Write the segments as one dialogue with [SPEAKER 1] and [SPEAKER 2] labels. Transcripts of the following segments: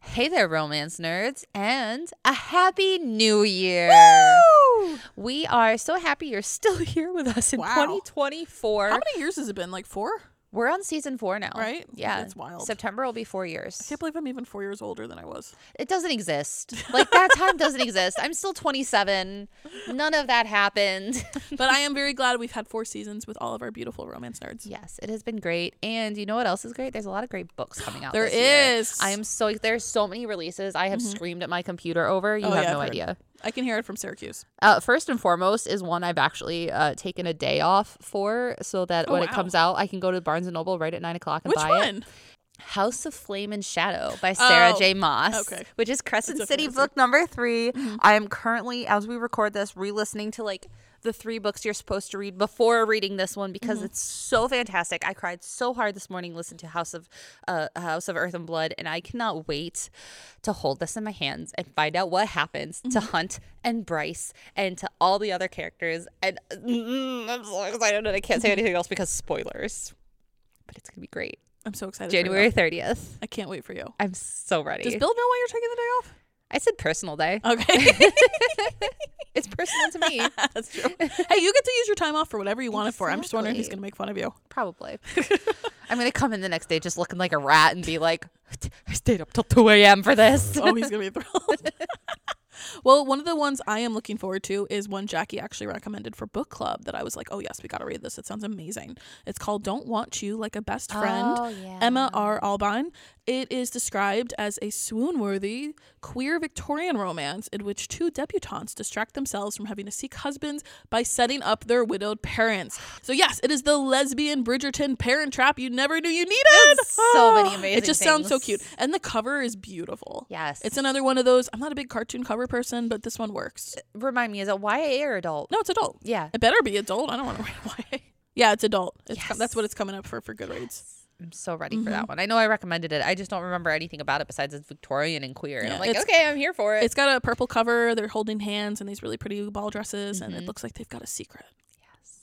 [SPEAKER 1] Hey there, romance nerds, and a happy new year.
[SPEAKER 2] Woo!
[SPEAKER 1] We are so happy you're still here with us in
[SPEAKER 2] Wow.
[SPEAKER 1] 2024.
[SPEAKER 2] How many years has it been? Like four?
[SPEAKER 1] We're on season four now.
[SPEAKER 2] Right?
[SPEAKER 1] Yeah.
[SPEAKER 2] That's wild.
[SPEAKER 1] September will be four years.
[SPEAKER 2] Can't believe I'm even four years older than I was.
[SPEAKER 1] it doesn't exist. Like, that time doesn't exist. I'm still 27. None of that happened.
[SPEAKER 2] But I am very glad we've had four seasons with all of our beautiful romance nerds.
[SPEAKER 1] yes, it has been great. And you know what else is great? There's a lot of great books coming out.
[SPEAKER 2] There
[SPEAKER 1] this year.
[SPEAKER 2] is. Mm-hmm.
[SPEAKER 1] I am so, there's so many releases I have screamed at my computer over. You
[SPEAKER 2] Oh,
[SPEAKER 1] have
[SPEAKER 2] yeah,
[SPEAKER 1] no
[SPEAKER 2] I've heard.
[SPEAKER 1] idea.
[SPEAKER 2] I can hear it from Syracuse.
[SPEAKER 1] Uh, first and foremost is one I've actually uh, taken a day off for, so that
[SPEAKER 2] Oh,
[SPEAKER 1] when it
[SPEAKER 2] wow.
[SPEAKER 1] comes out, I can go to Barnes and Noble right at nine o'clock and
[SPEAKER 2] Which
[SPEAKER 1] buy it.
[SPEAKER 2] one?
[SPEAKER 1] House of Flame and Shadow by Sarah
[SPEAKER 2] Oh,
[SPEAKER 1] J. Moss,
[SPEAKER 2] okay.
[SPEAKER 1] which is Crescent
[SPEAKER 2] It's a Mm-hmm.
[SPEAKER 1] City
[SPEAKER 2] fancy.
[SPEAKER 1] book number 3 I am currently, as we record this, re-listening to like the three books you're supposed to read before reading this one because
[SPEAKER 2] Mm-hmm.
[SPEAKER 1] it's so fantastic. I cried so hard this morning listening to House of uh, House of Earth and Blood, and I cannot wait to hold this in my hands and find out what happens to
[SPEAKER 2] Mm-hmm.
[SPEAKER 1] Hunt and Bryce and to all the other characters. And mm, I'm so excited, and I can't say anything else because spoilers. But it's gonna be great.
[SPEAKER 2] I'm so excited. for you.
[SPEAKER 1] January thirtieth.
[SPEAKER 2] I can't wait for you.
[SPEAKER 1] I'm so ready.
[SPEAKER 2] Does Bill know why you're taking the day off?
[SPEAKER 1] I said personal day.
[SPEAKER 2] Okay.
[SPEAKER 1] It's personal to me.
[SPEAKER 2] That's true. Hey, you get to use your time off for whatever you want it for. I'm just wondering who's
[SPEAKER 1] Exactly.
[SPEAKER 2] going to make fun of you.
[SPEAKER 1] Probably. I'm going to come in the next day just looking like a rat and be like, I stayed up till 2 a.m. for this.
[SPEAKER 2] Oh, he's going to be thrilled. well, one of the ones I am looking forward to is one Jackie actually recommended for book club that I was like, oh, yes, we got to read this. It sounds amazing. It's called Don't Want You Like a Best Friend.
[SPEAKER 1] Oh, yeah.
[SPEAKER 2] Emma R. Albine. It is described as a swoon worthy queer Victorian romance in which two debutantes distract themselves from having to seek husbands by setting up their widowed parents. So, yes, it is the lesbian Bridgerton parent trap you never knew you needed.
[SPEAKER 1] so many amazing
[SPEAKER 2] It just sounds so
[SPEAKER 1] things.
[SPEAKER 2] cute. And the cover is beautiful.
[SPEAKER 1] Yes.
[SPEAKER 2] It's another one of those. I'm not a big cartoon cover person, but this one works.
[SPEAKER 1] Remind me, is it YA or adult?
[SPEAKER 2] No, it's adult.
[SPEAKER 1] Uh, Yeah.
[SPEAKER 2] It better be adult. I don't want to read YA. Yeah, it's adult. It's com-
[SPEAKER 1] Yes.
[SPEAKER 2] that's what it's coming up for for Goodreads.
[SPEAKER 1] I'm so ready for that one. I know I recommended it. I just don't remember anything about it besides it's Victorian and queer. And
[SPEAKER 2] Yeah.
[SPEAKER 1] I'm like,
[SPEAKER 2] It's-
[SPEAKER 1] okay, I'm here for it.
[SPEAKER 2] It's got a purple cover. They're holding hands and these really pretty ball dresses, and
[SPEAKER 1] Mm-hmm.
[SPEAKER 2] it looks like they've got a secret.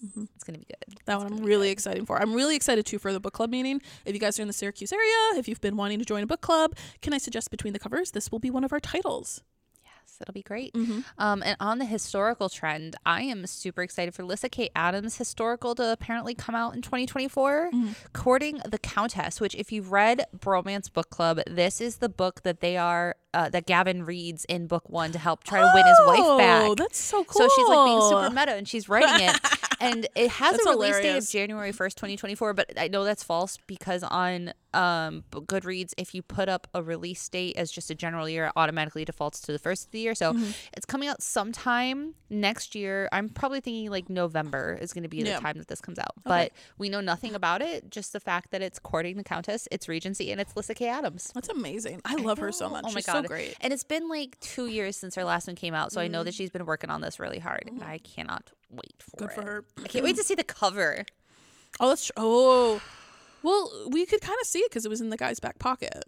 [SPEAKER 1] it's going to be good.
[SPEAKER 2] That one I'm really excited for. I'm really excited too for the book club meeting. If you guys are in the Syracuse area, if you've been wanting to join a book club, can I suggest between the covers? This will be one of our titles.
[SPEAKER 1] Yes, it'll be great. Um, and on the historical trend, I am super excited for Lissa K. Adams' historical to apparently come out in 2024, Courting the Countess. Which, if you've read Bromance Book Club, this is the book that they are uh, that Gavin reads in book one to help try to win his wife
[SPEAKER 2] Oh,
[SPEAKER 1] back.
[SPEAKER 2] that's so cool.
[SPEAKER 1] So she's like being super meta and she's writing it. And it has
[SPEAKER 2] That's
[SPEAKER 1] a release date of
[SPEAKER 2] hilarious.
[SPEAKER 1] January 1st, 2024, but I know that's false because on um, b- Goodreads, if you put up a release date as just a general year, it automatically defaults to the first of the year.
[SPEAKER 2] Mm-hmm.
[SPEAKER 1] So it's coming out sometime next year. I'm probably thinking like November is going to be the
[SPEAKER 2] Yeah.
[SPEAKER 1] time that this comes out. But we know nothing about it, just the fact that it's courting the Countess, it's Regency, and it's Lissa K. Adams.
[SPEAKER 2] That's amazing. I love her so
[SPEAKER 1] Oh,
[SPEAKER 2] much.
[SPEAKER 1] Oh my
[SPEAKER 2] she's
[SPEAKER 1] god,
[SPEAKER 2] so great. Mm-hmm.
[SPEAKER 1] And it's been like two years since her last one came out, so I know that she's been working on this really hard. and I cannot wait for
[SPEAKER 2] Good
[SPEAKER 1] it.
[SPEAKER 2] for her.
[SPEAKER 1] I can't wait to see the cover.
[SPEAKER 2] Oh, that's tr- oh. Well, we could kind of see it because it was in the guy's back pocket.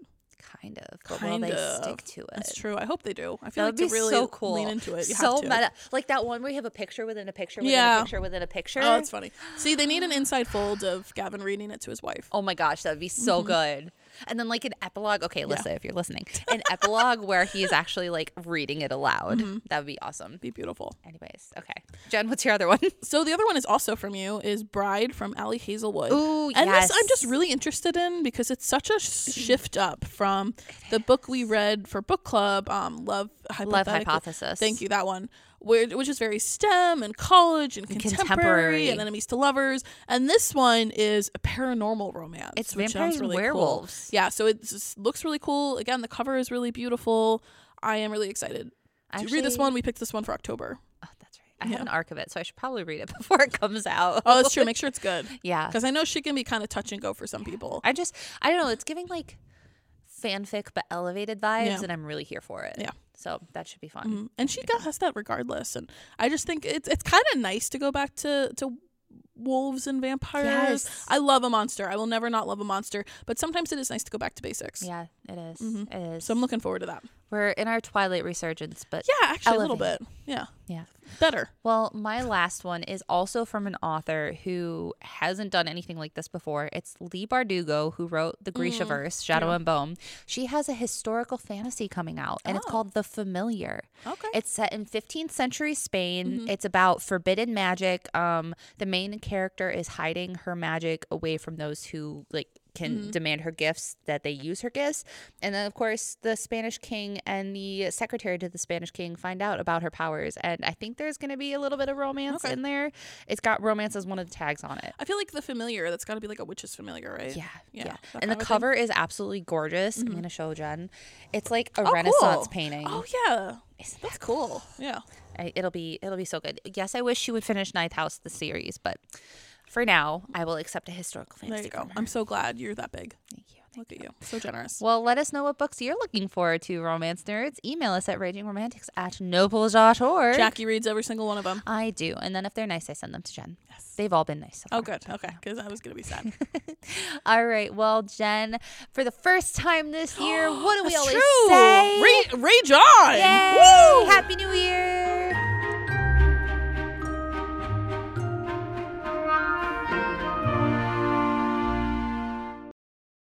[SPEAKER 1] Kind of, but
[SPEAKER 2] Kind
[SPEAKER 1] will they
[SPEAKER 2] of.
[SPEAKER 1] stick to it?
[SPEAKER 2] That's true. I hope they do. I
[SPEAKER 1] That
[SPEAKER 2] feel like
[SPEAKER 1] would be
[SPEAKER 2] to really
[SPEAKER 1] so cool.
[SPEAKER 2] lean into it. You
[SPEAKER 1] so
[SPEAKER 2] have to.
[SPEAKER 1] meta, like that one where you have a picture within a picture within a
[SPEAKER 2] Yeah.
[SPEAKER 1] picture within a picture.
[SPEAKER 2] Oh, that's funny. See, they need an inside fold of Gavin reading it to his wife.
[SPEAKER 1] Oh my gosh, that'd be so
[SPEAKER 2] Mm-hmm.
[SPEAKER 1] good. And then like an epilogue. Okay, Alyssa, if you're listening, an epilogue where he is actually like reading it aloud.
[SPEAKER 2] Mm-hmm.
[SPEAKER 1] That would be awesome.
[SPEAKER 2] Be beautiful.
[SPEAKER 1] Anyways, okay, Jen, what's your other one?
[SPEAKER 2] So the other one is also from you is Bride from Allie Hazelwood.
[SPEAKER 1] Ooh,
[SPEAKER 2] and this I'm
[SPEAKER 1] yes. Mm.
[SPEAKER 2] just really interested in because it's such a shift up from the book we read for book club, um, Love Hypothetical.
[SPEAKER 1] Hypothesis.
[SPEAKER 2] Thank you, that one. Where, which is very STEM and college and contemporary,
[SPEAKER 1] contemporary.
[SPEAKER 2] and enemies to lovers. And this one is a paranormal romance.
[SPEAKER 1] It's
[SPEAKER 2] which
[SPEAKER 1] vampires
[SPEAKER 2] sounds
[SPEAKER 1] and
[SPEAKER 2] really cool.
[SPEAKER 1] werewolves.
[SPEAKER 2] Yeah, so it just looks really cool. Again, the cover is really beautiful. I am really excited to read this
[SPEAKER 1] Actually-
[SPEAKER 2] one. We picked this one for October.
[SPEAKER 1] Oh, that's right. I have an arc of it, so I should probably read it before it comes out.
[SPEAKER 2] Oh, that's true. Make sure it's good.
[SPEAKER 1] Yeah.
[SPEAKER 2] Because I know she can be kind of touch and go for some people.
[SPEAKER 1] I just, I don't know. It's giving like fanfic but elevated vibes,
[SPEAKER 2] Yeah.
[SPEAKER 1] and I'm really here for it.
[SPEAKER 2] Yeah.
[SPEAKER 1] So that should be fun.
[SPEAKER 2] Mm-hmm. And she got has that regardless. And I just think it's it's kind of nice to go back to to wolves and vampires.
[SPEAKER 1] Yes.
[SPEAKER 2] I love a monster. I will never not love a monster. But sometimes it is nice to go back to basics.
[SPEAKER 1] Yeah, it is. It is.
[SPEAKER 2] So I'm looking forward to that.
[SPEAKER 1] We're in our Twilight resurgence, but
[SPEAKER 2] Yeah, actually, a little
[SPEAKER 1] Elevate.
[SPEAKER 2] bit. Yeah.
[SPEAKER 1] yeah.
[SPEAKER 2] Better.
[SPEAKER 1] Well, my last one is also from an author who hasn't done anything like this before. It's Lee Bardugo, who wrote the Grishaverse, Shadow and Bone. She has a historical fantasy coming out, and it's called The Familiar.
[SPEAKER 2] Okay.
[SPEAKER 1] It's set in 15th century Spain. It's about forbidden magic. Um, the main character is hiding her magic away from those who like can
[SPEAKER 2] Mm-hmm.
[SPEAKER 1] demand her gifts that they use her gifts. And then of course the Spanish king and the secretary to the Spanish king find out about her powers. And I think there's gonna be a little bit of romance
[SPEAKER 2] Okay.
[SPEAKER 1] in there. It's got romance as one of the tags on it.
[SPEAKER 2] I feel like the familiar, that's got to be like a witch's familiar, right?
[SPEAKER 1] Yeah,
[SPEAKER 2] Yeah,
[SPEAKER 1] yeah.
[SPEAKER 2] that
[SPEAKER 1] And the
[SPEAKER 2] kind of thing. Oh,
[SPEAKER 1] cover is absolutely gorgeous. I'm gonna show Jen. It's like a
[SPEAKER 2] Mm-hmm. Oh,
[SPEAKER 1] Renaissance
[SPEAKER 2] cool.
[SPEAKER 1] painting.
[SPEAKER 2] Oh, yeah.
[SPEAKER 1] Isn't
[SPEAKER 2] That's
[SPEAKER 1] that
[SPEAKER 2] cool. Yeah.
[SPEAKER 1] I, it'll be it'll be so good. Yes, I wish she would finish Ninth House the series, but for now, I will accept a historical
[SPEAKER 2] There
[SPEAKER 1] fantasy.
[SPEAKER 2] you go.
[SPEAKER 1] from her.
[SPEAKER 2] I'm so glad you're that big.
[SPEAKER 1] Thank you.
[SPEAKER 2] Look at you. So generous.
[SPEAKER 1] Well, let us know what books you're looking forward to, romance nerds. Email us at ragingromantics at nobles.org.
[SPEAKER 2] Jackie reads every single one of them.
[SPEAKER 1] I do. And then if they're nice, I send them to Jen. Yes. They've all been nice. So
[SPEAKER 2] Oh,
[SPEAKER 1] far.
[SPEAKER 2] good. Okay. Because I was going to be sad.
[SPEAKER 1] All right. Well, Jen, for the first time this year, what do we
[SPEAKER 2] That's
[SPEAKER 1] always
[SPEAKER 2] true.
[SPEAKER 1] say?
[SPEAKER 2] Ra- rage on.
[SPEAKER 1] Yay!